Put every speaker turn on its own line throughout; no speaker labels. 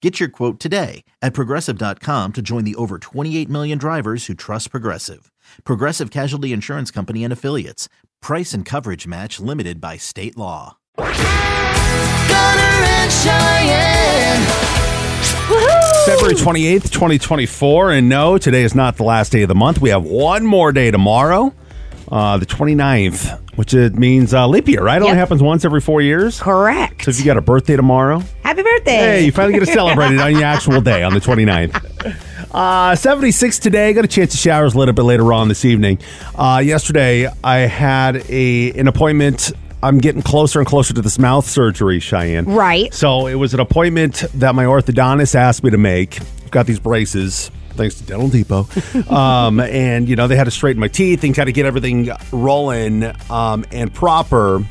Get your quote today at progressive.com to join the over 28 million drivers who trust Progressive. Progressive Casualty Insurance Company and Affiliates. Price and coverage match limited by state law.
February 28th, 2024. And no, today is not the last day of the month. We have one more day tomorrow, uh, the 29th, which it means uh, leap year, right? It only
Yep.
happens once every four years.
Correct.
So if you got a birthday tomorrow,
Happy birthday.
Hey, you finally get to celebrate it on your actual day on the 29th. Uh, 76 today. Got a chance to showers a little bit later on this evening. Uh, yesterday, I had a an appointment. I'm getting closer and closer to this mouth surgery, Cheyenne.
Right.
So it was an appointment that my orthodontist asked me to make. Got these braces. Thanks to Dental Depot. um, and, you know, they had to straighten my teeth and kind of get everything rolling um, and proper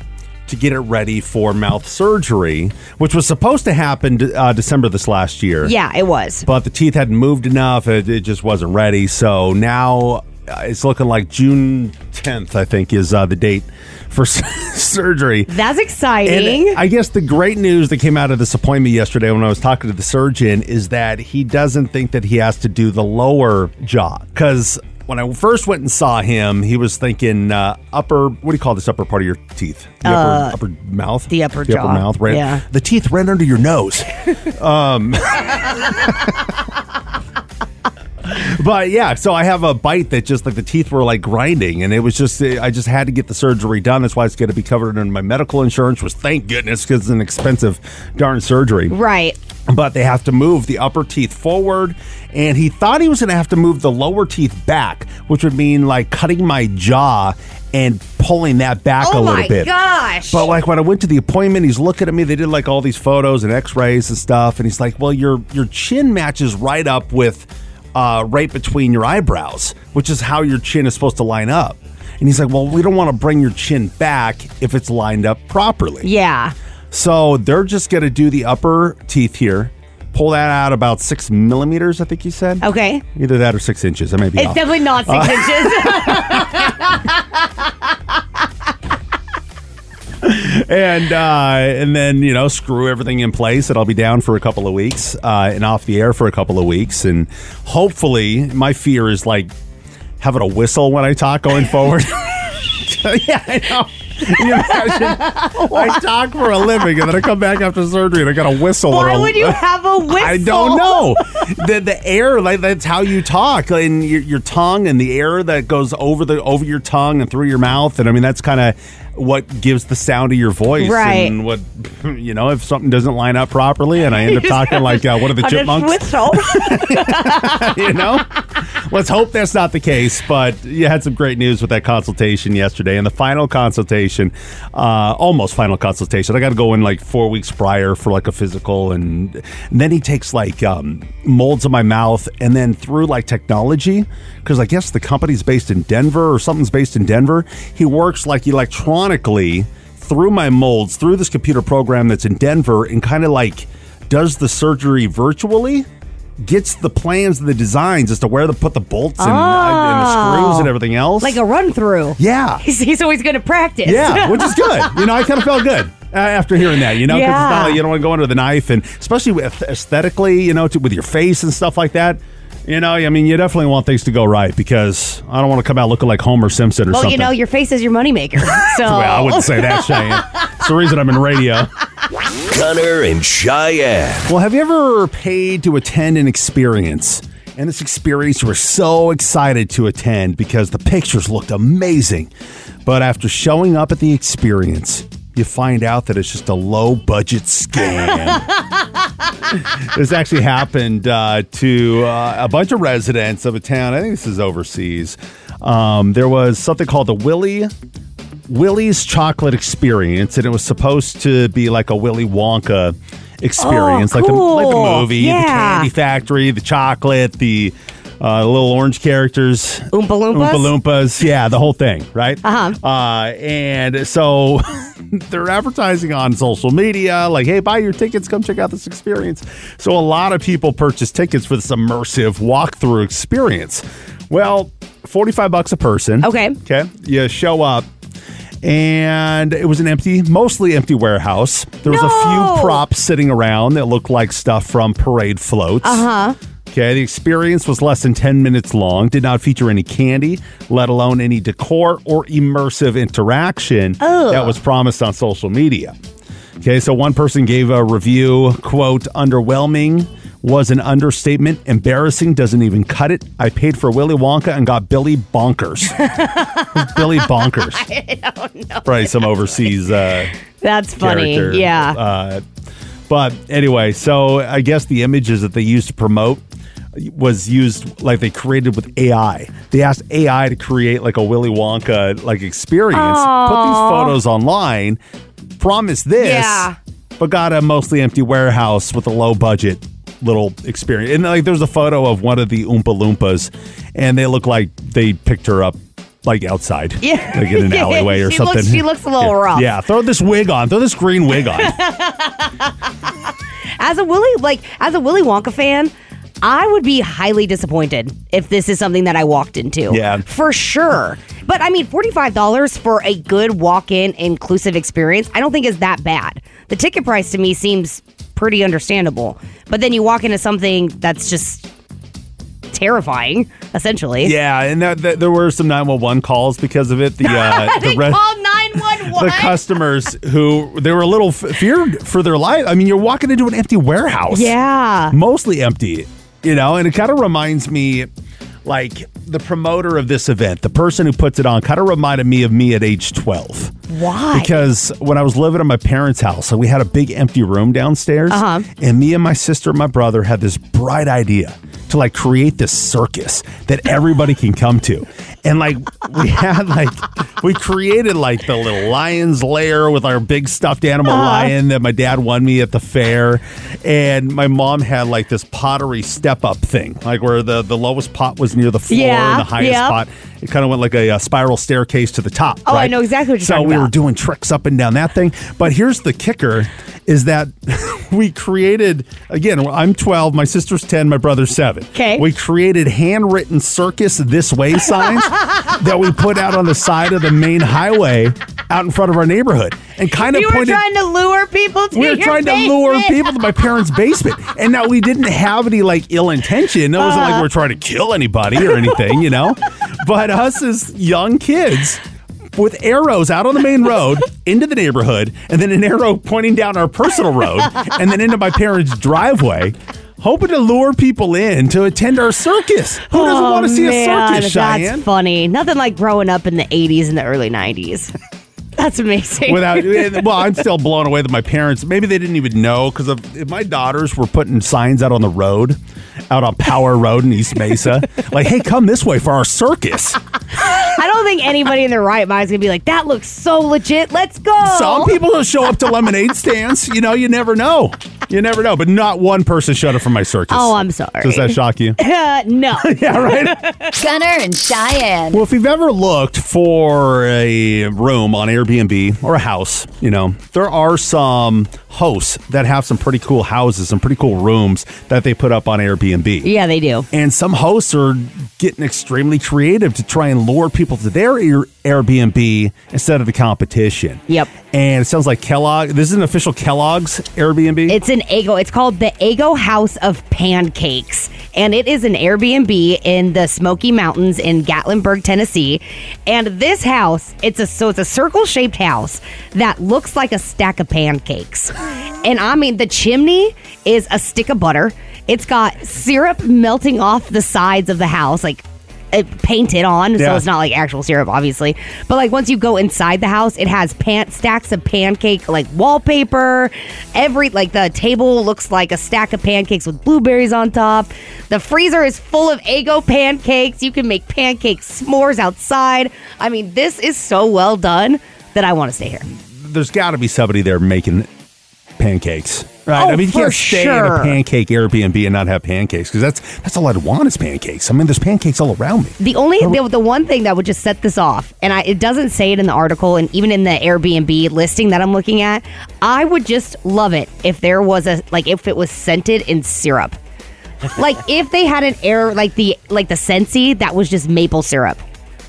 to get it ready for mouth surgery, which was supposed to happen uh, December this last year
Yeah, it was.
but the teeth hadn't moved enough. It, it just wasn't ready. So now uh, it's looking like June 10th, I think, is uh, the date for surgery.
That's exciting.
And I guess the great news that came out of this appointment yesterday when I was talking to the surgeon is that he doesn't think that he has to do the lower jaw. Because when I first went and saw him, he was thinking uh, upper, what do you call this upper part of your teeth? The upper, upper mouth?
the upper
the
jaw.
Upper mouth, right?
Yeah.
The teeth ran under your nose. Um, But yeah, so I have a bite that just like the teeth were like grinding, and it was just eh, I just had to get the surgery done. That's why it's going to be covered in my medical insurance. Which thank goodness because it's an expensive darn surgery.
right.
But they have to move the upper teeth forward, and he thought he was going to have to move the lower teeth back, which would mean like cutting my jaw and pulling that back a
Oh
little
my
bit.
gosh.
But like when I went to the appointment, he's looking at me. They did like all these photos and X-rays and stuff, and he's like, "Well, your your chin matches right up with, uh, right between your eyebrows, which is how your chin is supposed to line up." And he's like, "Well, we don't want to bring your chin back if it's lined up properly."
yeah.
So they're just gonna do the upper teeth here, pull that out about six millimeters, I think you said.
Okay.
Either that or six inches. I may be
Oh. It's
off.
definitely not six inches.
and uh, and then you know screw everything in place and I'll be down for a couple of weeks uh, and off the air for a couple of weeks and hopefully my fear is like having a whistle when I talk going forward. yeah, I know. Can you imagine? I talk for a living and then I come back after surgery and I got a whistle.
Why
or a-
would you have a whistle?
I don't know. the the air like that's how you talk and your, your tongue and the air that goes over the over your tongue and through your mouth and I mean that's kind of what gives the sound of your voice
Right.
and what you know if something doesn't line up properly and I end up talking like uh, one of the
On a
chipmunks
whistle.
you know? Let's hope that's not the case, but you had some great news with that consultation yesterday. And the final consultation, uh, almost final consultation, I got to go in like four weeks prior for like a physical. And, and then he takes like um, molds of my mouth and then through like technology, because I guess the company's based in Denver or something's based in Denver. He works like electronically through my molds, through this computer program that's in Denver, and kind of like does the surgery virtually gets the plans and the designs as to where to put the bolts and, and the screws and everything else.
Oh. like a run through.
yeah,
He's, he's always going to practice.
yeah, which is good. You know, I kind of felt good uh, after hearing that. You know, 'cause it's not
Yeah.
like you don't want to go under the knife, and especially with aesthetically, you know, to, with your face and stuff like that. You know, I mean, you definitely want things to go right because I don't want to come out looking like Homer Simpson or
well,
something.
you know, your face is your moneymaker. So
well, I wouldn't say that, Cheyenne. it's the reason I'm in radio.
Gunner and Cheyenne.
Well, have you ever paid to attend an experience? And this experience, you were so excited to attend because the pictures looked amazing. But after showing up at the experience, you find out that it's just a low budget scam. this actually happened uh, to uh, a bunch of residents of a town. I think this is overseas. Um, there was something called the Willie Willy's Chocolate Experience, and it was supposed to be like a Willy Wonka experience,
Oh,
like, the, like the
cool.
movie, the
Yeah.
candy factory, the chocolate, the uh, little orange characters,
Oompa Loompas?
Oompa Loompas, yeah, the whole thing, right? Uh-huh. and so they're advertising on social media, like, hey, buy your tickets, come check out this experience. So a lot of people purchase tickets for this immersive walkthrough experience. Well, 45 bucks a person.
Okay.
Okay. You show up and it was an empty, mostly empty warehouse. There was a
No!
few props sitting around that looked like stuff from parade floats. Uh huh. Okay, the experience was less than 10 minutes long, did not feature any candy, let alone any decor or immersive interaction that was promised on social media. Okay, so one person gave a review, quote, underwhelming was an understatement. Embarrassing doesn't even cut it. I paid for Willy Wonka and got Billy Bonkers. Billy Bonkers. I don't know. Probably some overseas uh,
that's funny.
character.
Yeah.
Uh, but anyway, so I guess the images that they used to promote was used like they created with AI. They asked AI to create like a Willy Wonka like experience, put these photos online, promise this,
Yeah.
but got a mostly empty warehouse with a low budget little experience. And like there's a photo of one of the Oompa Loompas, and they look like they picked her up. Like outside,
Yeah.
like in an
Yeah,
alleyway or
she looks-
something.
she looks a little
yeah.
rough.
Yeah, throw this wig on. Throw this green wig on.
as a Willy like as a Willy Wonka fan, I would be highly disappointed if this is something that I walked into.
Yeah.
For sure. But I mean $45 for a good walk-in inclusive experience, I don't think is that bad. The ticket price to me seems pretty understandable. But then you walk into something that's just terrifying, essentially.
Yeah, and that, that, there were some 911 calls because of it. The uh, the,
They
re-
called
the
911.
customers who they were a little f- feared for their life. I mean, you're walking into an empty warehouse.
yeah.
mostly empty, you know, and it kind of reminds me like the promoter of this event, the person who puts it on kind of reminded me of me at age 12.
Why?
Because when I was living at my parents' house, so we had a big empty room downstairs,
Uh-huh.
and me and my sister and my brother had this bright idea to like create this circus that everybody can come to. And like we had like we created like the little lion's lair with our big stuffed animal
Uh-huh.
lion that my dad won me at the fair. And my mom had like this pottery step up thing, like where the the lowest pot was near the floor
Yeah,
and the highest
yep.
pot. It kind of went like a, uh spiral staircase to the top.
Oh, I
right?
know exactly what you're
so
talking
we were
about.
doing tricks up and down that thing. But here's the kicker is that we created again, I'm 12, my sister's 10, my brother's 7.
'Kay.
We created handwritten circus this way signs that we put out on the side of the main highway out in front of our neighborhood and kind of
You were
pointed
trying to lure people to
we were
your
trying to
basement.
lure people to my parents' basement. And now we didn't have any like ill intention. It wasn't
Uh-huh.
like we're trying to kill anybody or anything, you know? But us as young kids with arrows out on the main road into the neighborhood, and then an arrow pointing down our personal road, and then into my parents' driveway. Hoping to lure people in to attend our circus. Who doesn't
Oh,
want to see
man,
a circus, Cheyenne?
That's funny. Nothing like growing up in the 80s and the early 90s. That's amazing.
without well i'm still blown away that my parents maybe they didn't even know because if, if my daughters were putting signs out on the road out on power road in east mesa like hey come this way for our circus
I don't think anybody in their right mind is going to be like, that looks so legit. Let's go.
some people will show up to lemonade stands you know you never know you never know but not one person showed up for my circus
Oh, I'm sorry.
does that shock you
Uh, no.
yeah right
Gunner and Cheyenne.
Well, if you've ever looked for a room on Airbnb or a house, you know, there are some hosts that have some pretty cool houses, some pretty cool rooms that they put up on Airbnb.
Yeah, they do.
And some hosts are getting extremely creative to try and lure people to their Air- Airbnb instead of the competition.
Yep.
And it sounds like Kellogg. This is an official Kellogg's Airbnb.
It's an Ego. It's called the Ego House of Pancakes. And it is an Airbnb in the Smoky Mountains in Gatlinburg, Tennessee. And this house, it's a so it's a circle-shaped house that looks like a stack of pancakes. And I mean the chimney is a stick of butter. It's got syrup melting off the sides of the house, like uh, it painted on, so
Yeah.
it's not like actual syrup, obviously. But like once you go inside the house, it has pant stacks of pancake like wallpaper. Every like the table looks like a stack of pancakes with blueberries on top. The freezer is full of Eggo pancakes. You can make pancake s'mores outside. I mean, this is so well done that I want to stay here.
There's got to be somebody there making pancakes. Right.
Oh,
I mean, you
for
can't stay in
sure.
a pancake Airbnb and not have pancakes because that's that's all I'd want is pancakes. I mean, there's pancakes all around me.
The only the, the one thing that would just set this off, and I, it doesn't say it in the article, and even in the Airbnb listing that I'm looking at, I would just love it if there was a like if it was scented in syrup, like if they had an air like the like the Scentsy that was just maple syrup.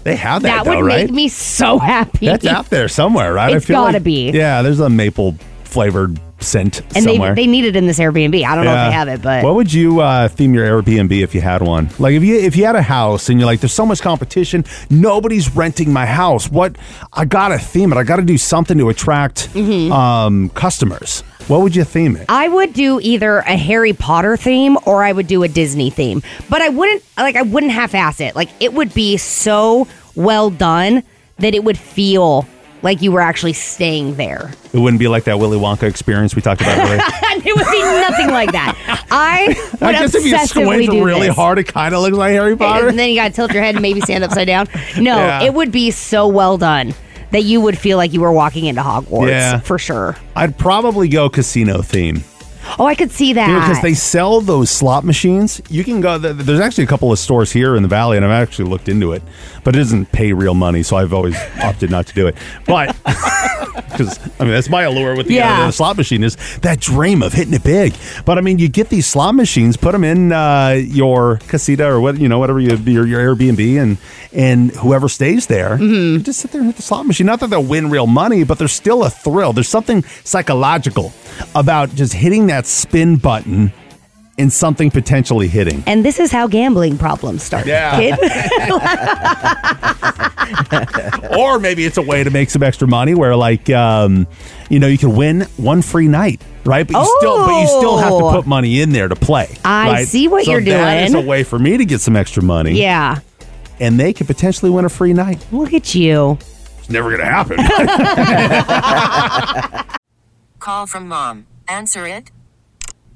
They have
That
that,
would
though, right?
make me so happy.
That's out there somewhere, right?
It's gotta be.
Yeah, there's a maple flavored scent
and they,
somewhere.
they need it in this Airbnb. I don't know if they
Yeah.
have it, but
what would you uh, theme your Airbnb if you had one? Like if you if you had a house and you're like, there's so much competition, nobody's renting my house. What I gotta theme it. I gotta do something to attract um, customers. What would you theme it?
I would do either a Harry Potter theme or I would do a Disney theme. But I wouldn't like I wouldn't half-ass it. Like it would be so well done that it would feel like you were actually staying there.
It wouldn't be like that Willy Wonka experience we talked about earlier.
And it would be nothing like that. I would
I guess if you
obsessively
squint
do
really
this.
hard, it kind of looks like Harry Potter.
And then you gotta tilt your head and maybe stand upside down. No,
Yeah.
it would be so well done that you would feel like you were walking into Hogwarts
Yeah.
for sure.
I'd probably go casino theme.
Oh, I could see that.
because they sell those slot machines. You can go. th- th- There's actually a couple of stores here in the valley, and I've actually looked into it, but it doesn't pay real money, so I've always opted not to do it. But because I mean, that's my allure with the, uh,
Yeah.
the slot machine is that dream of hitting it big. But I mean, you get these slot machines, put them in uh, your casita or what you know, whatever you, your your Airbnb, and and whoever stays there, just sit there and hit the slot machine. Not that they'll win real money, but there's still a thrill. There's something psychological about just hitting that spin button and something potentially hitting.
and this is how gambling problems start.
Yeah.
Kid.
or maybe it's a way to make some extra money where like um, you know you can win one free night right but you still but you still have to
Oh.
put money in there to play
I
right?
see what
So
you're
that is
doing.
a way for me to get some extra money
yeah.
and they could potentially win a free night
Look at you.
it's never gonna happen
Call from mom. Answer it.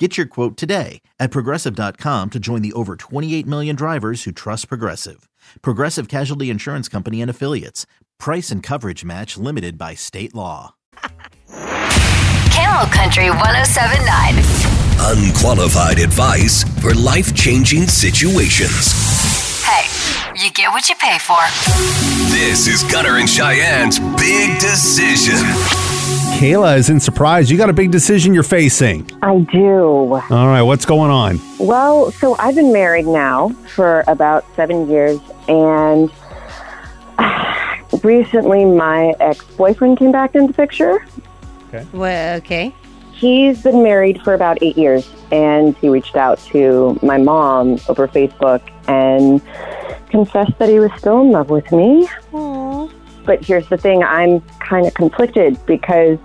Get your quote today at progressive.com to join the over 28 million drivers who trust Progressive. Progressive Casualty Insurance Company and Affiliates. Price and coverage match limited by state law.
Camel Country 1079.
Unqualified advice for life changing situations.
Hey, you get what you pay for.
This is Gunner and Cheyenne's big decision.
Kayla is in surprise. You got a big decision you're facing.
I do.
All right, what's going on?
Well, so I've been married now for about seven years, and recently my ex boyfriend came back into the picture.
Well, okay.
He's been married for about eight years, and he reached out to my mom over Facebook and confessed that he was still in love with me. But here's the thing I'm kind of conflicted because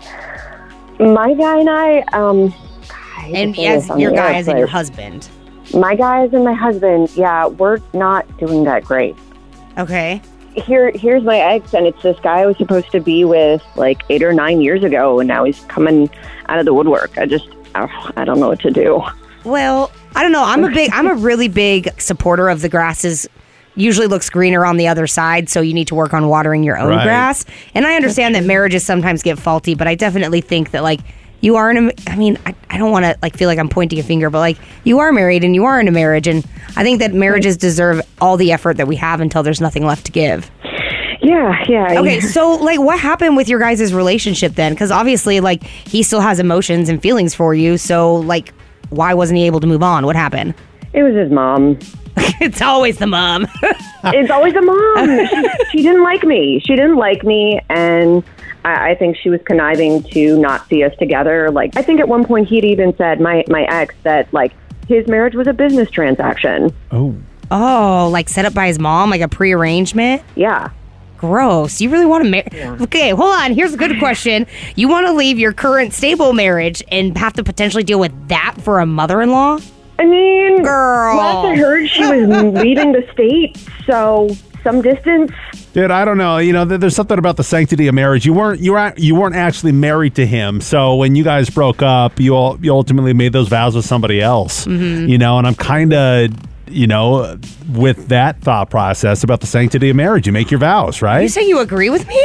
my guy and I, um, I hate to
And
say
as
this on
your
the air,
guys and your
but-
husband.
my guys and my husband, yeah, we're not doing that great.
Okay.
Here, here's my ex, and it's this guy I was supposed to be with like eight or nine years ago, and now he's coming out of the woodwork. I just, oh, I don't know what to do.
Well, I don't know. I'm a big, I'm a really big supporter of the grasses. Usually looks greener on the other side, so you need to work on watering your own
Right.
grass. And I understand that marriages sometimes get faulty, but I definitely think that like you are in a. I mean, I, I don't want to like feel like I'm pointing a finger, but like you are married and you are in a marriage, and I think that marriages deserve all the effort that we have until there's nothing left to give.
Yeah, yeah.
Okay, so like what happened with your guys' relationship then? Because obviously, like he still has emotions and feelings for you, so like why wasn't he able to move on? What happened?
It was his mom.
It's always the mom.
it's always a mom. She, she didn't like me. She didn't like me, and I, I think she was conniving to not see us together. Like I think at one point he'd even said my my ex that like his marriage was a business transaction.
oh, like set up by his mom, like a pre-arrangement.
Yeah.
Gross. You really want to marry? Okay, hold on. Here's a good question. You want to leave your current stable marriage and have to potentially deal with that for a mother-in-law?
I mean,
Girl.
Last I heard, she was leaving the state, so some distance.
Dude, I don't know. You know, there- there's something about the sanctity of marriage. You weren't you weren't you weren't actually married to him. So when you guys broke up, you all you ultimately made those vows with somebody else.
Mm-hmm.
You know, and I'm kind of you know with that thought process about the sanctity of marriage. You make your vows,
You
right?
say you agree with me?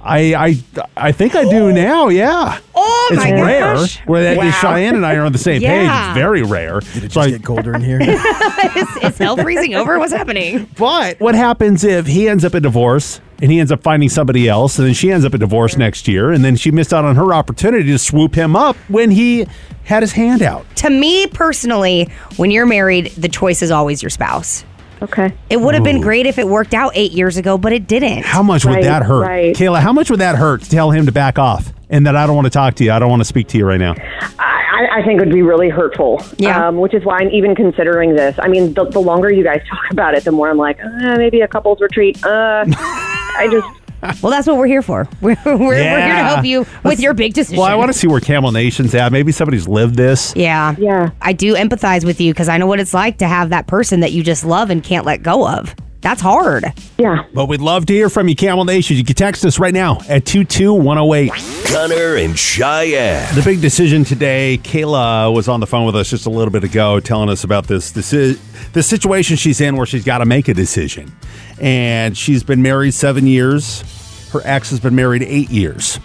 I I I think I do now. Yeah.
Oh
It's
my
rare
gosh!
where that Cheyenne and I are on the same page.
Yeah.
It's very rare. So I-
colder in here.
is, is hell freezing over? What's happening?
But what happens if he ends up in divorce and he ends up finding somebody else, and then she ends up in divorce next year, and then she missed out on her opportunity to swoop him up when he had his hand out?
to me personally, when you're married, the choice is always your spouse.
Okay.
It would have been great if it worked out eight years ago, but it didn't.
How much would
Right,
that hurt,
right.
Kayla? How much would that hurt to tell him to back off and that I don't want to talk to you, I don't want to speak to you right now?
I, I- I think it would be really hurtful.
Yeah.
Um, which is why I'm even considering this. I mean, the, the longer you guys talk about it, the more I'm like, uh, maybe a couples retreat. Uh, I just.
well, that's what we're here for. We're, we're, we're here to
Yeah.
help you with your big decision.
Well, I want to see where Camel Nation's at. Maybe somebody's lived this.
Yeah.
Yeah.
I do empathize with you because I know what it's like to have that person that you just love and can't let go of. That's hard.
Yeah.
But we'd love to hear from you, Camel Nation. You can text us right now at 22108.
Gunner and Cheyenne.
The big decision today. Kayla was on the phone with us just a little bit ago, telling us about this this is the situation she's in where she's got to make a decision, and she's been married seven years. Her ex has been married eight years.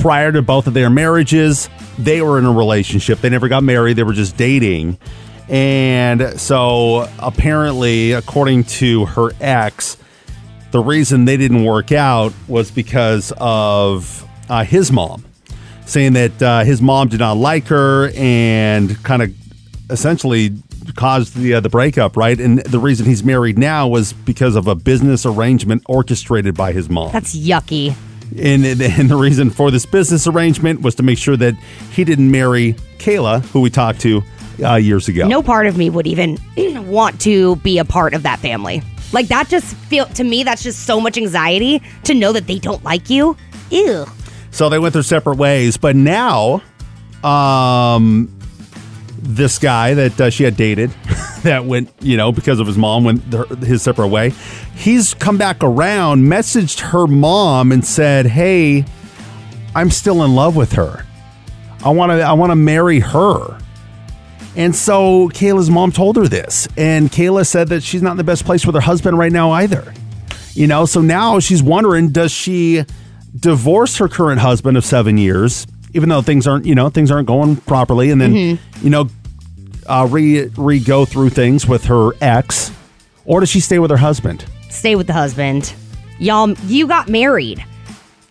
Prior to both of their marriages, they were in a relationship. They never got married. They were just dating, and so apparently, according to her ex, the reason they didn't work out was because of uh, his mom saying that uh, his mom did not like her and kind of essentially caused the uh, the breakup, right? And the reason he's married now was because of a business arrangement orchestrated by his mom.
That's yucky.
and, and the reason for this business arrangement was to make sure that he didn't marry Kayla, who we talked to uh, years ago.
No part of me would even want to be a part of that family. Like that just feel to me that's just so much anxiety to know that they don't like you. Ew.
So they went their separate ways. But now, um, this guy that uh, she had dated, that went, you know, because of his mom, went their, his separate way. He's come back around, messaged her mom, and said, "Hey, I'm still in love with her. I want to, I want to marry her." And so Kayla's mom told her this, and Kayla said that she's not in the best place with her husband right now either. You know, so now she's wondering does she divorce her current husband of seven years, even though things aren't, you know, things aren't going properly, and then, you know, uh, re re go through things with her ex, Or does she stay with her husband?
Stay with the husband. Y'all, you got married.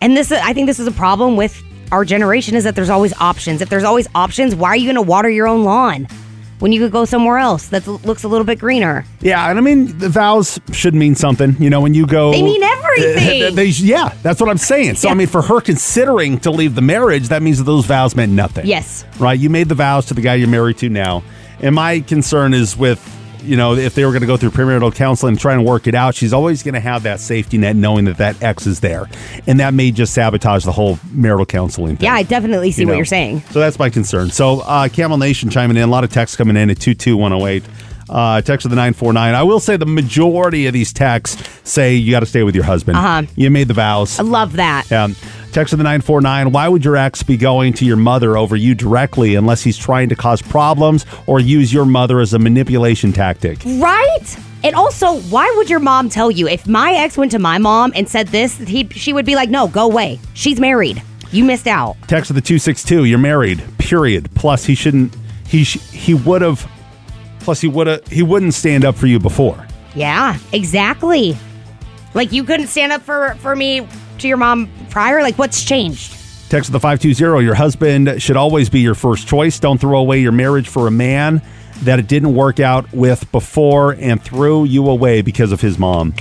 And this is, I think this is a problem with our generation is that there's always options. If there's always options, why are you going to water your own lawn when you could go somewhere else that looks a little bit greener?
Yeah, and I mean the vows should mean something. You know, when you go,
They mean everything.
They- they- yeah, that's what I'm saying. So I mean, for her considering to leave the marriage, that means that those vows meant nothing.
Yes.
right. You made the vows to the guy you're married to now, and my concern is with you know if they were going to go through premarital counseling and try and work it out, she's always going to have that safety net knowing that that ex is there, and that may just sabotage the whole marital counseling thing.
Yeah, I definitely see
You
what
know.
you're saying.
So that's my concern. So uh, Camel Nation chiming in. A lot of texts coming in at 22108. Uh, text of the 949. I will say the majority of these texts say you got to stay with your husband.
Uh-huh.
You made the vows.
I love that.
Um, text of the 949. Why would your ex be going to your mother over you directly unless he's trying to cause problems or use your mother as a manipulation tactic?
Right? And also, why would your mom tell you? If my ex went to my mom and said this, he, she would be like, no, go away. She's married. You missed out.
Text of the 262. You're married. Period. Plus, he shouldn't, he, sh- he would have, plus, he would have, he wouldn't stand up for you before.
Yeah, exactly. Like you couldn't stand up for for me to your mom prior. Like what's changed?
Text the 520. Your husband should always be your first choice. Don't throw away your marriage for a man that it didn't work out with before and threw you away because of his mom.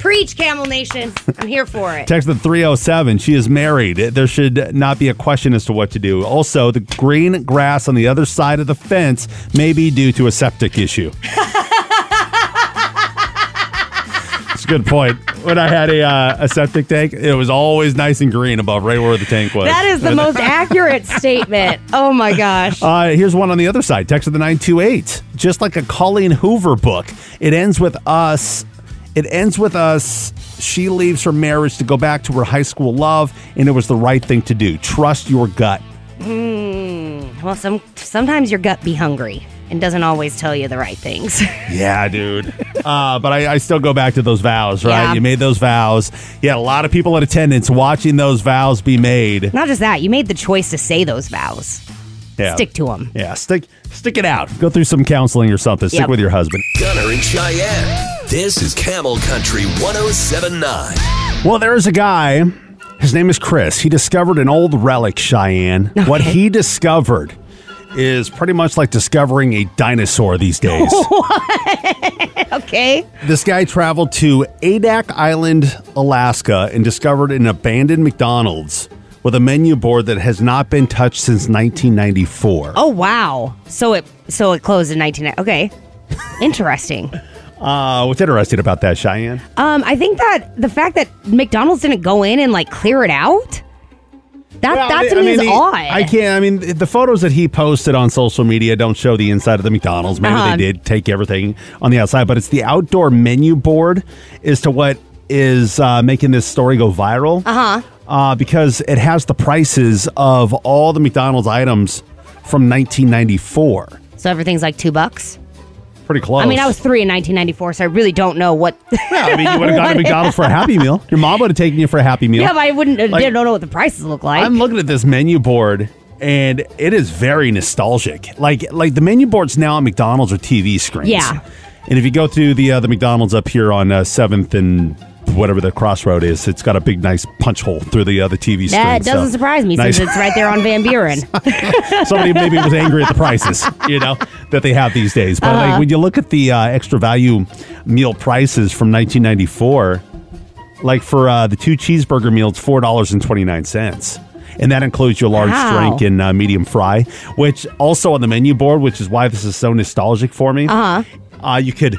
Preach, Camel Nation. I'm here for it.
Text the 307. She is married. There should not be a question as to what to do. Also, the green grass on the other side of the fence may be due to a septic issue. It's a good point. When I had a, uh, a septic tank, it was always nice and green above right where the tank was.
That is the most accurate statement. Oh my gosh.
Uh, here's one on the other side. Text of the 928. Just like a Colleen Hoover book. It ends with us. It ends with us. She leaves her marriage to go back to her high school love, and it was the right thing to do. Trust your gut.
Mm, well, some sometimes your gut be hungry and doesn't always tell you the right things.
Yeah, dude. uh, but I, I still go back to those vows, right?
Yeah.
You made those vows. You had a lot of people in attendance watching those vows be made.
Not just that, you made the choice to say those vows.
Yeah.
Stick to them.
Yeah, stick stick it out. Go through some counseling or something. Stick
Yep.
with your husband.
Gunner and Cheyenne. This is Camel Country 1079.
Well, there is a guy. His name is Chris. He discovered an old relic, Cheyenne. What he discovered is pretty much like discovering a dinosaur these days.
Okay.
this guy traveled to Adak Island, Alaska, and discovered an abandoned McDonald's with a menu board that has not been touched since 1994.
Oh wow. So it so it closed in 19. Okay. Interesting.
Uh, what's interesting about that, Cheyenne?
Um, I think that the fact that McDonald's didn't go in and like clear it out, that
Well,
that to
I
me is
mean, he-
odd.
I can't. I mean, the photos that he posted on social media don't show the inside of the McDonald's. Maybe
Uh-huh.
they did take everything on the outside, but it's the outdoor menu board as to what is uh, making this story go viral. Uh-huh. Because it has the prices of all the McDonald's items from 1994.
So everything's like two bucks.
Pretty close.
I mean, I was three in 1994, so I really don't know what.
Yeah, I mean, you would have gone to McDonald's for a Happy Meal. Your mom would have taken you for a Happy Meal.
yeah, but I wouldn't. I
Like-
don't know what the prices look like.
I'm looking at this menu board and it is very nostalgic. Like like the menu boards now at McDonald's are TV screens.
Yeah.
And if you go through the uh, the McDonald's up here on uh, 7th and whatever the crossroad is, it's got a big nice punch hole through the uh, the TV screen.
that doesn't
so
surprise me
nice.
since it's right there on Van Buren.
somebody maybe was angry at the prices, you know, that they have these days. But like when you look at the uh, extra value meal prices from 1994, like for uh, the two cheeseburger meals, four dollars and twenty nine cents. And that includes your large
Wow.
drink and uh, medium fry, which also on the menu board, which is why this is so nostalgic for me. Uh-huh. you could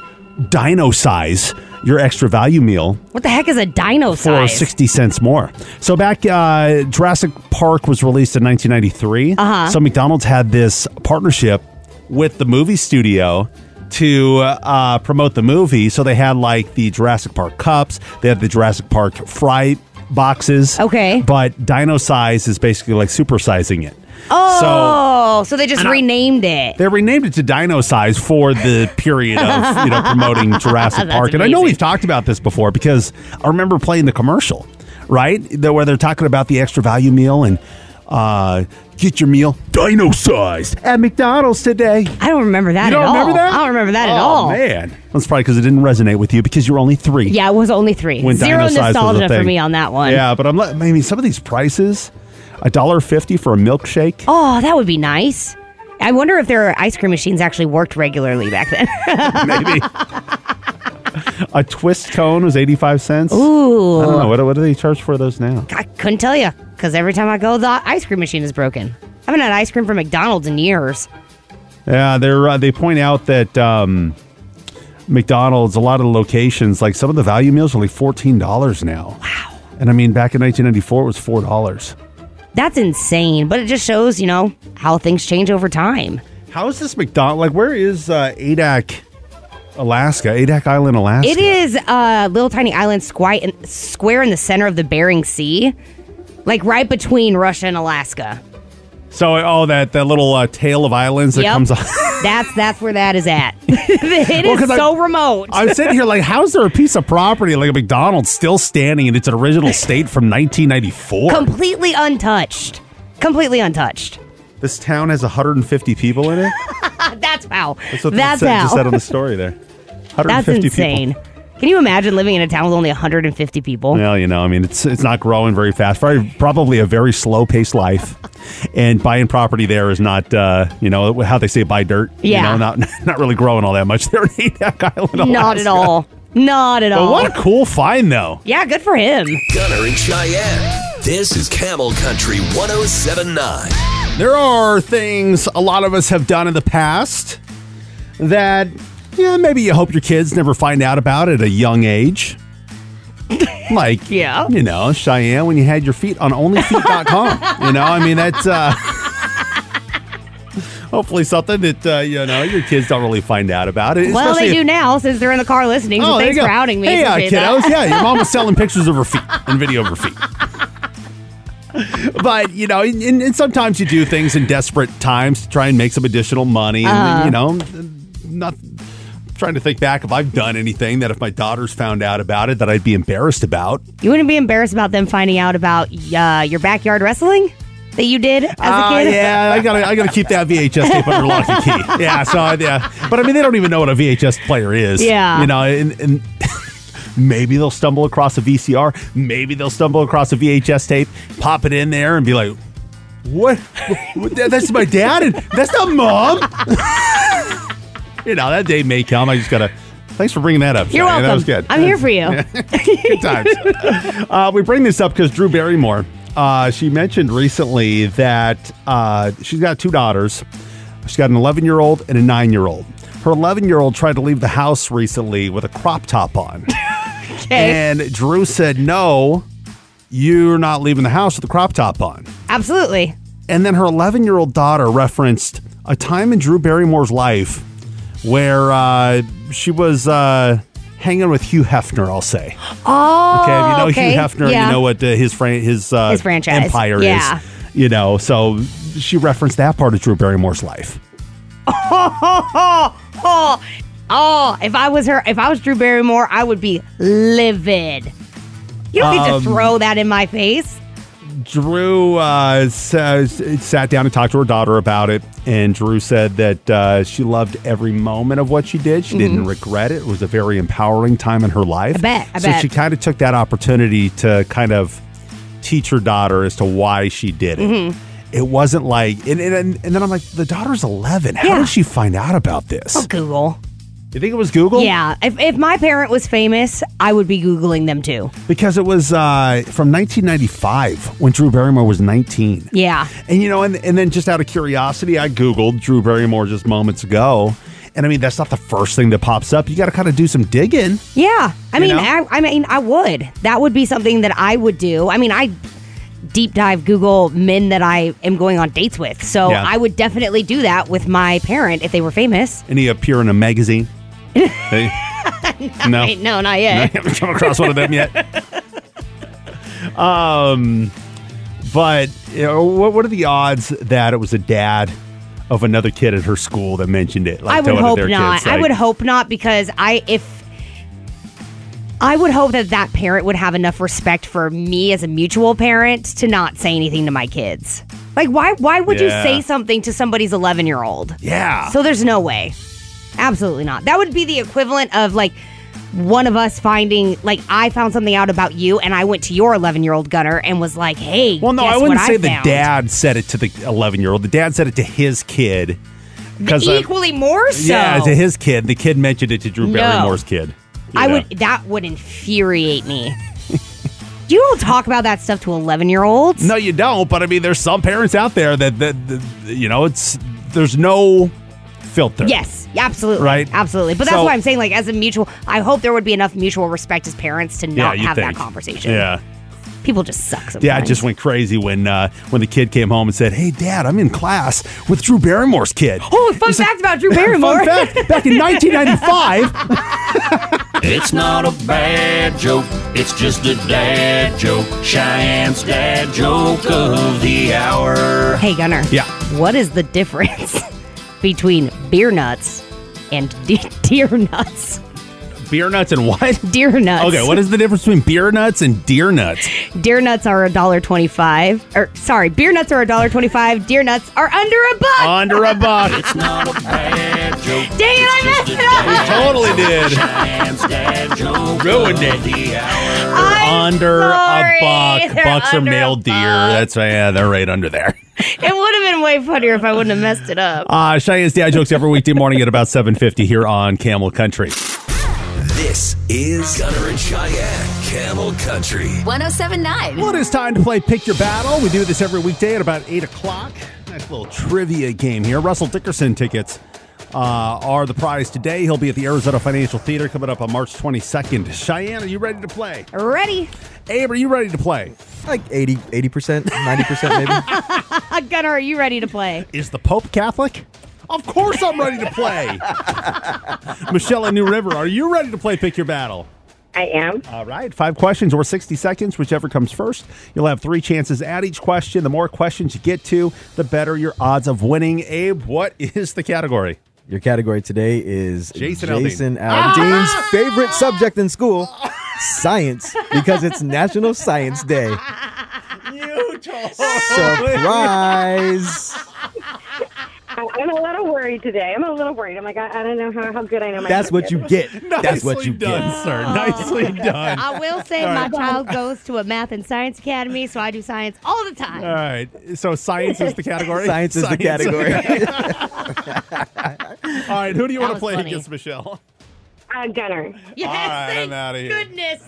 dino size your extra value meal
what the heck is a dino
for
size?
60 cents more. So back uh, Jurassic Park was released in 1993. Uh-huh. So McDonald's had this partnership with the movie studio to uh, promote the movie. So they had like the Jurassic Park cups, they had the Jurassic Park fry boxes.
Okay.
But dino size is basically like supersizing it. So
oh, so, they just
And I-
renamed it.
they renamed it to Dino Size for the period of you know promoting Jurassic
That's
Park. And I know
amazing.
we've talked about this before because I remember playing the commercial, right? The, where they're talking about the extra value meal and uh, get your meal dino sized at McDonald's today.
I don't remember that
You don't
at all.
remember that?
I don't remember that at
Oh,
all.
man. That's probably because it didn't resonate with you because you were only three.
Yeah, it was only three.
When
Zero
dino-sized was a
nostalgia for
thing.
me on that one.
Yeah, but I'm like, I mean, some of these prices, a dollar fifty for a milkshake.
Oh, that would be nice. I wonder if their ice cream machines actually worked regularly back then.
A twist cone was eighty five cents.
Ooh.
I don't know what, what do they charge for those now.
I couldn't tell you because every time I go, the ice cream machine is broken. I haven't had ice cream from McDonald's in years.
Yeah, they're uh, they point out that um, McDonald's, a lot of the locations, like some of the value meals, are like fourteen dollars now. Wow. And I mean, back in 1994, it was four dollars.
That's insane, but it just shows, you know, how things change over time.
How is this McDonald? Like, where is uh, Adak, Alaska? Adak Island, Alaska.
It is a little tiny island square in, square in the center of the Bering Sea, like right between Russia and Alaska.
So, oh, that that little uh, tail of islands that
Yep.
comes off.
that's that's where that is at. It
Well,
is
'cause I-
so remote.
I'm sitting here like, how is there a piece of property like a McDonald's still standing in its original state from 1994?
completely untouched. Completely untouched.
this town has 150 people in it.
Uh, That's how.
That's
That's,
what it said,
how.
just said on the story there. 150
That's insane.
people.
Can you imagine living in a town with only 150 people?
Well, you know, I mean, it's it's not growing very fast. Very, probably a very slow paced life, and buying property there is not, uh, you know, how they say buy dirt.
Yeah.
you know, not not really growing all that much there in Adak Island.
Not at
Alaska.
all. Not at
But
all.
what a cool find, though.
Yeah, good for him.
Gunner and Cheyenne. This is Camel Country 1079.
There are things a lot of us have done in the past that yeah, maybe you hope your kids never find out about at a young age. Like,
Yeah.
you know, Cheyenne, when you had your feet on onlyfeet.com. you know, I mean, that's uh, hopefully something that, uh, you know, your kids don't really find out about. It,
Well, they
especially
do
if-
now since they're in the car listening. so
Oh, there
thanks
you go.
for outing me.
Hey, uh,
Appreciate that.
kiddos. Yeah, your mom was selling pictures of her feet and video of her feet. but you know, and, and, and sometimes you do things in desperate times to try and make some additional money, and
Uh-huh.
you know, not trying to think back if I've done anything that if my daughters found out about it that I'd be embarrassed about.
You wouldn't be embarrassed about them finding out about uh, your backyard wrestling that you did as
Ah,
a kid?
yeah, I gotta, I gotta keep that VHS tape under lock and key. Yeah, so I- yeah, but I mean, they don't even know what a VHS player is.
Yeah.
you know, and, and maybe they'll stumble across a VCR, maybe they'll stumble across a VHS tape, pop it in there, and be like, "What? What- that- that's my dad, and that's not mom." you know, that day may come. I just gotta. Thanks for bringing that up.
You're
Shania.
welcome.
That was good.
I'm here for you.
Good times. uh, we bring this up because Drew Barrymore, uh, she mentioned recently that uh, she's got two daughters. She's got an 11 year old and a nine year old. Her 11 year old tried to leave the house recently with a crop top on.
Okay.
And Drew said, No, you're not leaving the house with a crop top on.
Absolutely.
And then her 11 year old daughter referenced a time in Drew Barrymore's life where uh, she was uh, hanging with Hugh Hefner, I'll say.
Oh,
Okay, if you know
okay.
Hugh Hefner,
yeah.
you know what uh, his fran- his uh,
His franchise.
empire
Yeah.
is. You know, so she referenced that part of Drew Barrymore's life.
oh, oh, oh, if I was her, if I was Drew Barrymore, I would be livid. You don't need to
Um,
throw that in my face.
Drew uh, says, sat down and talked to her daughter about it, and Drew said that uh, she loved every moment of what she did. She didn't regret it. It was a very empowering time in her life.
Mm-hmm. I bet, I
so
bet.
she kind of took that opportunity to kind of teach her daughter as to why she did it.
Mm-hmm.
It wasn't like, and, and and then I'm like, the daughter's 11. How
Yeah.
did she find out about this?
Oh, Google.
You think it was Google?
Yeah. If, if my parent was famous, I would be Googling them too.
Because it was uh, from 1995 when Drew Barrymore was 19.
Yeah.
And, you know, and, and then just out of curiosity, I Googled Drew Barrymore just moments ago. And I mean, that's not the first thing that pops up. You got to kind of do some digging.
Yeah. I
You
mean,
know?
I, I mean, I would. That would be something that I would do. I mean, I deep dive Google men that I am going on dates with. So
Yeah.
I would definitely do that with my parent if they were famous.
And he appear in a magazine. Hey. no.
Wait, no, not
I
yet.
haven't come across one of them yet. um, but you know, what, what are the odds that it was a dad of another kid at her school that mentioned it? Like
I
to
would
one of
hope
their
not.
kids,
I
like-
would hope not because I if I would hope that that parent would have enough respect for me as a mutual parent to not say anything to my kids. Like, why? Why would
Yeah.
you say something to somebody's eleven-year-old?
Yeah.
So there's no way. Absolutely not. That would be the equivalent of like one of us finding like I found something out about you, and I went to your eleven-year-old Gunner and was like, "Hey,
Well, no,
guess
I wouldn't
what
say
I
the
found?
dad said it to the 11 year old. The dad said it to his kid. Because
Equally more so.
yeah, to his kid. The kid mentioned it to Drew
No.
Barrymore's kid.
I
Yeah.
would. That would infuriate me. Do you all talk about that stuff to eleven-year-olds?
No, you don't. But I mean, there's some parents out there that that, that you know, it's there's no filter.
Yes, absolutely.
Right?
Absolutely. But that's
So-
why I'm saying, like, as a mutual, I hope there would be enough mutual respect as parents to
Yeah,
not
you
have
think.
that conversation.
Yeah.
People just suck sometimes.
Yeah, I just went crazy when uh, when the kid came home and said, "Hey, Dad, I'm in class with Drew Barrymore's kid."
Oh, fun fact about Drew Barrymore.
Fun fact: Back in 1995,
It's not a bad joke, it's just a dad joke. Cheyenne's dad joke of the hour.
Hey, Gunner.
Yeah.
What is the difference between beer nuts and de- deer nuts?
beer nuts and what?
Deer nuts.
Okay, what is the difference between beer nuts and deer nuts?
Deer nuts are a dollar twenty-five. Or sorry, beer nuts are a dollar twenty-five. Deer nuts are under a buck.
Under a buck.
It's not a bad joke.
Dang it, I messed it up.
totally did.
Cheyenne's dad joke
Ruined
of
it.
the hour.
I'm
under
sorry.
a buck.
They're
Bucks are
under a
male deer.
buck.
That's right. Yeah, they're right under there.
It would have been way funnier if I wouldn't have messed it up.
Uh, Cheyenne's dad jokes every weekday morning at about 7:50 here on Camel Country.
This is Gunner and Cheyenne, Camel Country.
1079.
Well, it is time to play Pick Your Battle. We do this every weekday at about 8 o'clock. Nice little trivia game here. Russell Dickerson tickets uh, are the prize today. He'll be at the Arizona Financial Theater coming up on March 22nd. Cheyenne, are you ready to play?
Ready?
Abe, are you ready to play?
Like 80, 80%, 90% maybe.
Uh, Gunnar, are you ready to play?
Is the Pope Catholic? Of course I'm ready to play. Michelle in New River, are you ready to play Pick Your Battle?
I am.
All right, five questions or 60 seconds, whichever comes first. You'll have three chances at each question. The more questions you get to, the better your odds of winning. Abe, what is the category?
Your category today is
Jason Aldean.
Jason Aldean's favorite subject in school, science, because it's National Science Day.
You told
Surprise!
I- I'm a little worried today. I'm a little worried. Oh I'm like, I, I don't know how, how good I know my
That's what you get. That's what you
done,
get.
sir. Nicely done.
I will say my child goes to a math and science academy, so I do science all the time.
All right, so science is the category?
Science is the category.
All right, who do you want to
was
play
funny.
against, Michelle?
Uh, Gunner.
yes,
all right, I'm
thank
outta here.
goodness.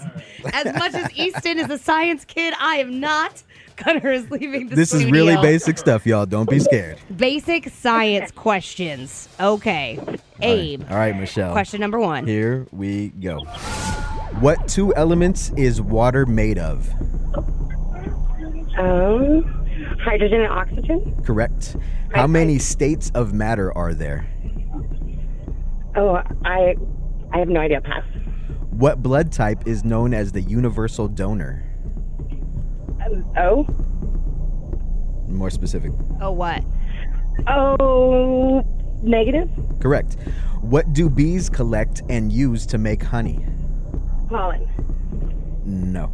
As much as Easton is a science kid, I am not. Gunnar is leaving the
this is
studio.
really basic stuff, y'all. Don't be scared.
Basic science questions. Okay. Abe,
All right,
Oh.
Michelle.
question number one.
Here we go. What two elements is water made of?
Um, hydrogen and oxygen.
Correct. How many states of matter are there?
Oh, I, I have no idea. Pass.
What blood type is known as the universal donor?
Um, oh,
More specific.
Oh, what?
oh, negative
Correct. What do bees collect and use to make honey?
pollen.
No.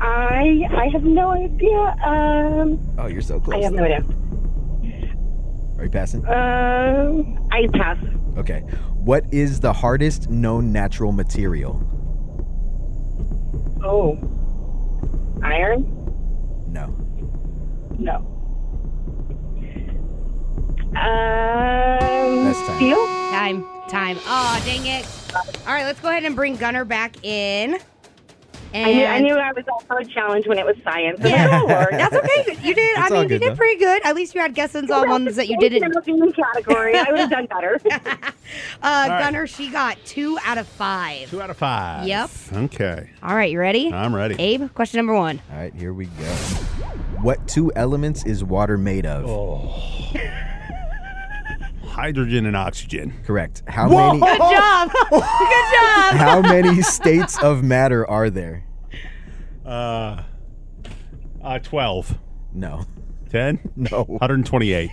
I, I have no idea. Um,
Oh, you're so
I
close.
have no idea.
Are you passing?
Um, I pass.
Okay. What is the hardest known natural material?
Oh, iron?
No.
No. Um,
That's time.
steel.
Time, time. Oh, dang it. All right, let's go ahead and bring Gunner back in. And
I knew, I knew I was also a challenge when it was science. Yeah,
That's okay. You did.
It's
I
all
mean, you
good,
did
though.
pretty good. At least you had guesses on ones that you didn't. Uh,
In the category, I would have done better.
Gunner, she got two out of five.
Two out of five.
Yep.
Okay,
All right, you ready?
I'm ready.
Abe, question number one.
All right, here we go. What two elements is water made of?
Hydrogen and oxygen.
Correct. How
Whoa!
many
Good job.
Oh.
Good job.
How many states of matter are there?
Uh, uh, 12.
No.
10?
No.
128.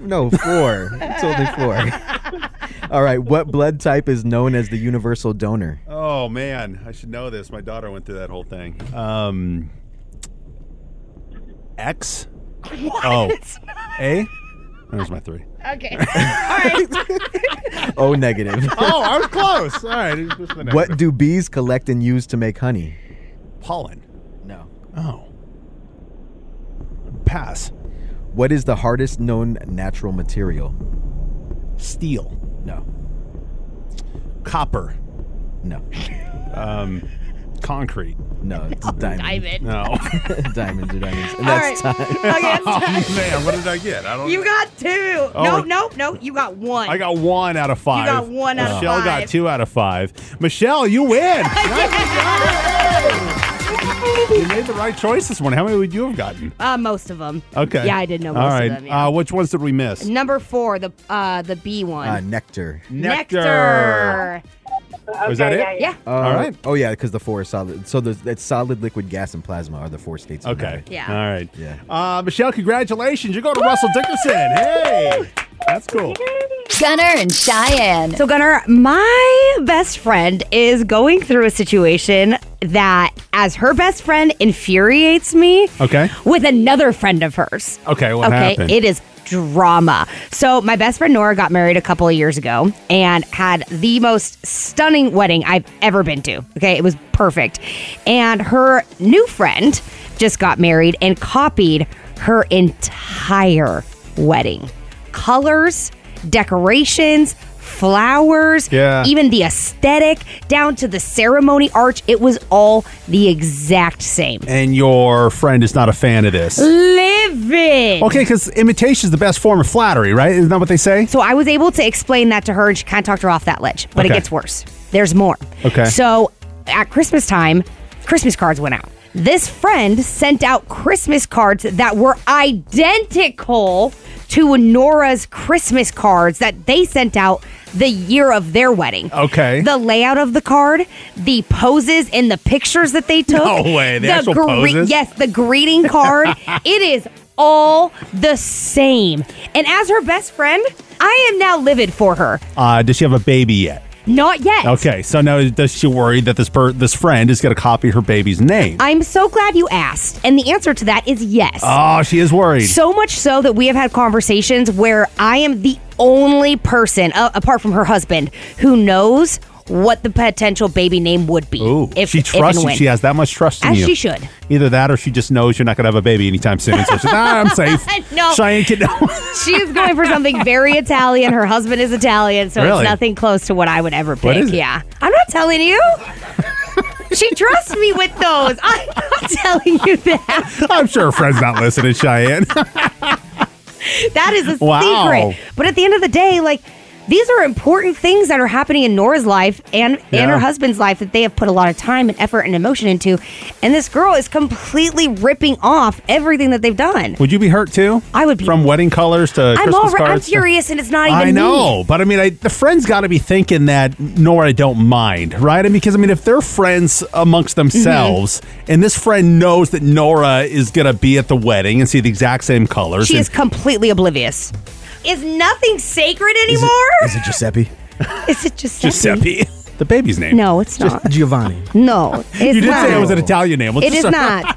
No, four. It's only four. All right. What blood type is known as the universal donor?
Oh man, I should know this. My daughter went through that whole thing. Um, X. Oh, A. There's my three.
Okay.
O negative.
Oh, I was close. All right. it's just the next
What
one.
do bees collect and use to make honey?
pollen?
No.
Oh. Pass.
What is the hardest known natural material?
Steel.
No.
Copper.
No.
Um, concrete.
No. It's diamond.
No.
Diamonds are diamonds. And
All
that's
right.
time.
Okay,
Oh, man, what did I get? I don't.
You got two.
Oh.
No, no, no. You got one.
I got one out of five.
got one out of
Michelle got
five.
two out of five. Michelle, you win. you made the right choice this morning. How many would you have gotten?
Uh, most of them.
Okay.
Yeah, I did know most
All right.
of them. yeah.
Uh, which ones did we miss?
Number four, the uh, the B one.
Uh, nectar.
Nectar.
Was that it?
Yeah.
Uh,
All right.
Oh yeah, because the four is solid. So there's it's solid, liquid, gas, and plasma are the four states. of
Okay.
matter.
Yeah.
All right.
Yeah.
Uh, Michelle, congratulations. You're going to Russell Dickinson. Hey. That's cool.
Gunner and Cheyenne.
So, Gunnar, my best friend is going through a situation that, as her best friend, infuriates me
Okay.
with another friend of hers.
Okay. What
okay,
happened?
it is drama. So my best friend Nora got married a couple of years ago and had the most stunning wedding I've ever been to. Okay, it was perfect. And her new friend just got married and copied her entire wedding. Colors, decorations, flowers,
Yeah.
even the aesthetic down to the ceremony arch, it was all the exact same.
and your friend is not a fan of this.
Livid.
Okay, because imitation is the best form of flattery, right? Isn't that what they say?
So I was able to explain that to her and she kind of talked her off that ledge, but it
Okay.
gets worse. There's more.
Okay.
So at Christmas time, Christmas cards went out. This friend sent out Christmas cards that were identical to Nora's Christmas cards that they sent out the year of their wedding.
Okay.
The layout of the card, the poses and the pictures that they took.
No way, the actual poses?
Yes, the greeting card. it is all the same. And as her best friend, I am now livid for her.
Uh, does she have a baby yet?
Not yet.
Okay, so now does she worry that this per- this friend is going to copy her baby's name?
I'm so glad you asked. And the answer to that is yes.
oh, she is worried.
So much so that we have had conversations where I am the only person, uh, apart from her husband, who knows what the potential baby name would be.
Ooh,
if
she
if and
trusts you.
when.
She has that much trust in
As
you.
she should.
Either that, or she just knows you're not going to have a baby anytime soon. So she's, ah, I'm safe.
No.
Cheyenne can
She's going for something very Italian. Her husband is Italian, so
Really?
it's nothing close to what I would ever pick.
What is it?
Yeah. I'm not telling you. she trusts me with those. I'm not telling you that.
I'm sure her friend's not listening, Cheyenne.
That is a
Wow.
secret. But at the end of the day, like these are important things that are happening in Nora's life and, and
Yeah.
her husband's life that they have put a lot of time and effort and emotion into. And this girl is completely ripping off everything that they've done.
would you be hurt too?
I would be-
From wedding colors to
I'm
Christmas
alre- I'm
cards. to-
furious and it's not even
I
me.
know, but I mean, I, the friend's got to be thinking that Nora don't mind, right? I mean, because I mean, if they're friends amongst
Mm-hmm.
themselves, and this friend knows that Nora is gonna be at the wedding and see the exact same colors,
She
and
is completely oblivious. Is nothing sacred
Is
anymore?
it, is it Giuseppe?
Is it Giuseppe?
Giuseppe, the baby's name.
No, it's not.
Giovanni.
No, it's
you did
not.
say it was an Italian name. Let's
It is
just-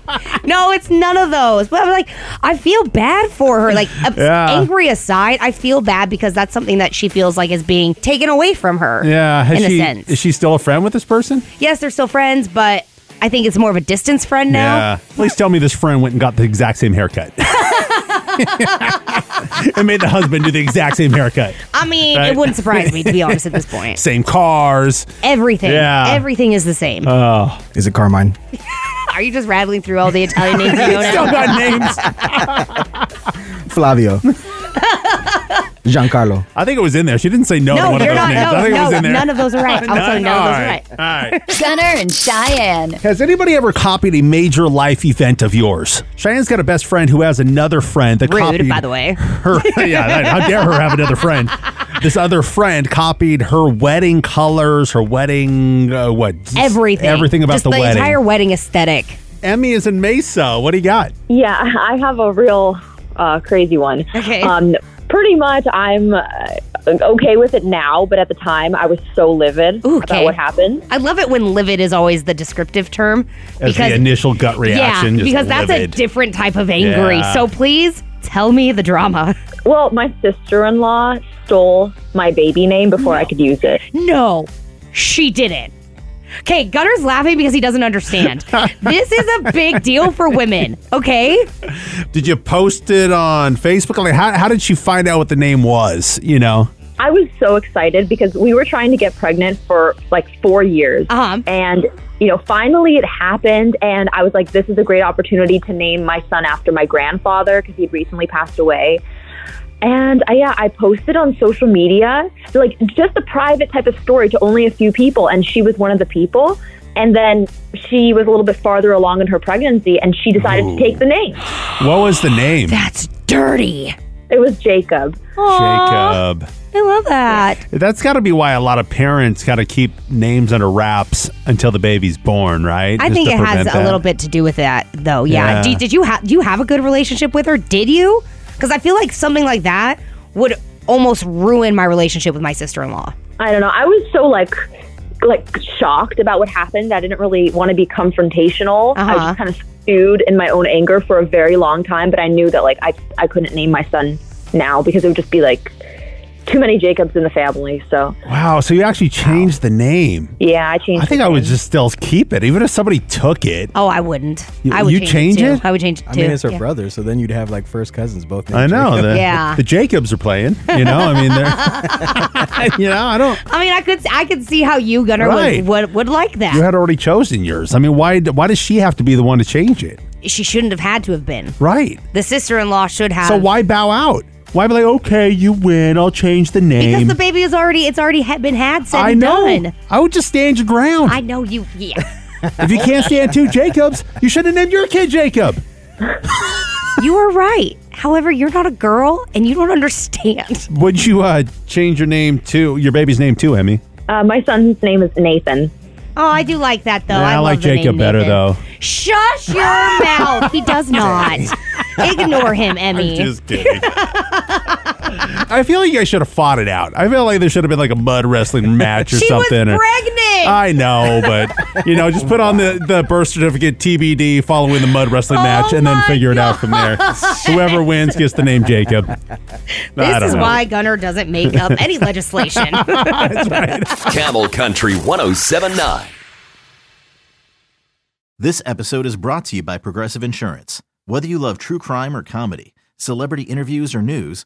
not. No, it's none of those. But I'm like, I feel bad for her. Like, ab-
Yeah.
angry aside, I feel bad because that's something that she feels like is being taken away from her.
Yeah, has
in
she,
a sense.
is she still a friend with this person?
yes, they're still friends, but I think it's more of a distance friend now.
Please tell me this friend went and got the exact same haircut. and made the husband do the exact same haircut.
I mean,
Right.
it wouldn't surprise me to be honest at this point.
Same cars.
Everything,
Yeah.
everything is the same.
Is it Carmine?
Are you just rattling through all the Italian names you know
Still
now?
got names.
Flavio. Giancarlo.
I think it was in there. She didn't say no, to
No,
one
you're
of those
not.
names. I
No,
think it was
no,
in there.
none of those are right. I'm sorry, none of those are right.
All right.
Gunner and Cheyenne.
Has anybody ever copied a major life event of yours? Cheyenne's got a best friend who has another friend that
Rude,
copied
by the way.
her. yeah, that- how dare her have another friend? This other friend copied her wedding colors, her wedding uh, what?
Everything.
everything about
Just
the, wedding.
entire wedding aesthetic.
Emmy is in Mesa. What do you got?
Yeah, I have a real uh, crazy one.
Okay.
Um, pretty much, I'm uh,
okay with it now, but at the time I was so livid about what happened.
I love it when livid is always the descriptive term
As the initial gut reaction.
yeah,
just
because that's
livid.
a different type of angry.
Yeah.
So please tell me the drama.
Well, my sister-in-law stole my baby name before I could use it.
No, she didn't. Okay, Gunner's laughing because he doesn't understand. this is a big deal for women, okay?
Did you post it on Facebook? Like, how, how did she find out what the name was? You know,
I was so excited because we were trying to get pregnant for like four years.
Um,
And, you know, finally it happened. And I was like, this is a great opportunity to name my son after my grandfather because he'd recently passed away. And I, yeah, I posted on social media, like just a private type of story to only a few people. And she was one of the people. And then she was a little bit farther along in her pregnancy and she decided
Ooh.
to take the name.
what was the name?
That's dirty.
It was Jacob.
Jacob.
I love that.
That's got to be why a lot of parents got to keep names under wraps until the baby's born, right?
I
Just
think
to
it has
prevent
a
that.
little bit to do with that, though. Yeah.
Yeah.
Do- did you have? Do you have a good relationship with her? Did you? Because I feel like something like that would almost ruin my relationship with my sister-in-law.
I don't know. I was so like like shocked about what happened. I didn't really want to be confrontational. I was
Uh-huh.
just kind of stewed in my own anger for a very long time, but I knew that like I I couldn't name my son now because it would just be like too many Jacobs in the family. So
Wow. So you actually changed the name.
yeah, I changed.
I think
it.
I would just still keep it, even if somebody took it.
Oh, I wouldn't.
You-
I would
you change
it,
it?
too. I would change it too.
I mean, it's her
Yeah.
brother, so then you'd have like first cousins both.
I
named
know.
Jacob.
The,
Yeah.
the Jacobs are playing. You know, I mean, they're, you know, I don't.
I mean, I could. I could see how you, Gunnar,
Right.
would, would would like that.
You had already chosen yours. I mean, why why does she have to be the one to change it?
She shouldn't have had to have been.
Right.
The sister-in-law should have.
So why bow out? Why be like, okay, you win. I'll change the
Because
name.
the baby is already. It's already ha- been had. Said
I
and
know.
done.
I would just stand your ground.
I know you. Yeah.
if you can't stand two Jacobs, you should have named your kid Jacob.
you are right. However, you're not a girl, and you don't understand.
Would you uh, change your name to your baby's name too, Emmy?
uh, my son's name is Nathan.
Oh, I do like that though.
Yeah, I
love
like
the name
Jacob better,
Nathan.
though.
Shush your mouth. He does not. Ignore him, Emmy.
I'm just kidding. I feel like you guys should have fought it out. I feel like there should have been like a mud wrestling match or
She was
something. or-
pregnant.
I know, but you know, just put on the, the birth certificate TBD following the mud
Oh
wrestling match, and then figure it out from there. Whoever wins gets the name Jacob. I
this
don't
is
know.
why Gunner doesn't make up any legislation.
Camel Country 1079.
This episode is brought to you by Progressive Insurance. Whether you love true crime or comedy, celebrity interviews or news,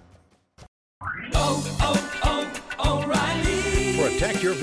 Protect your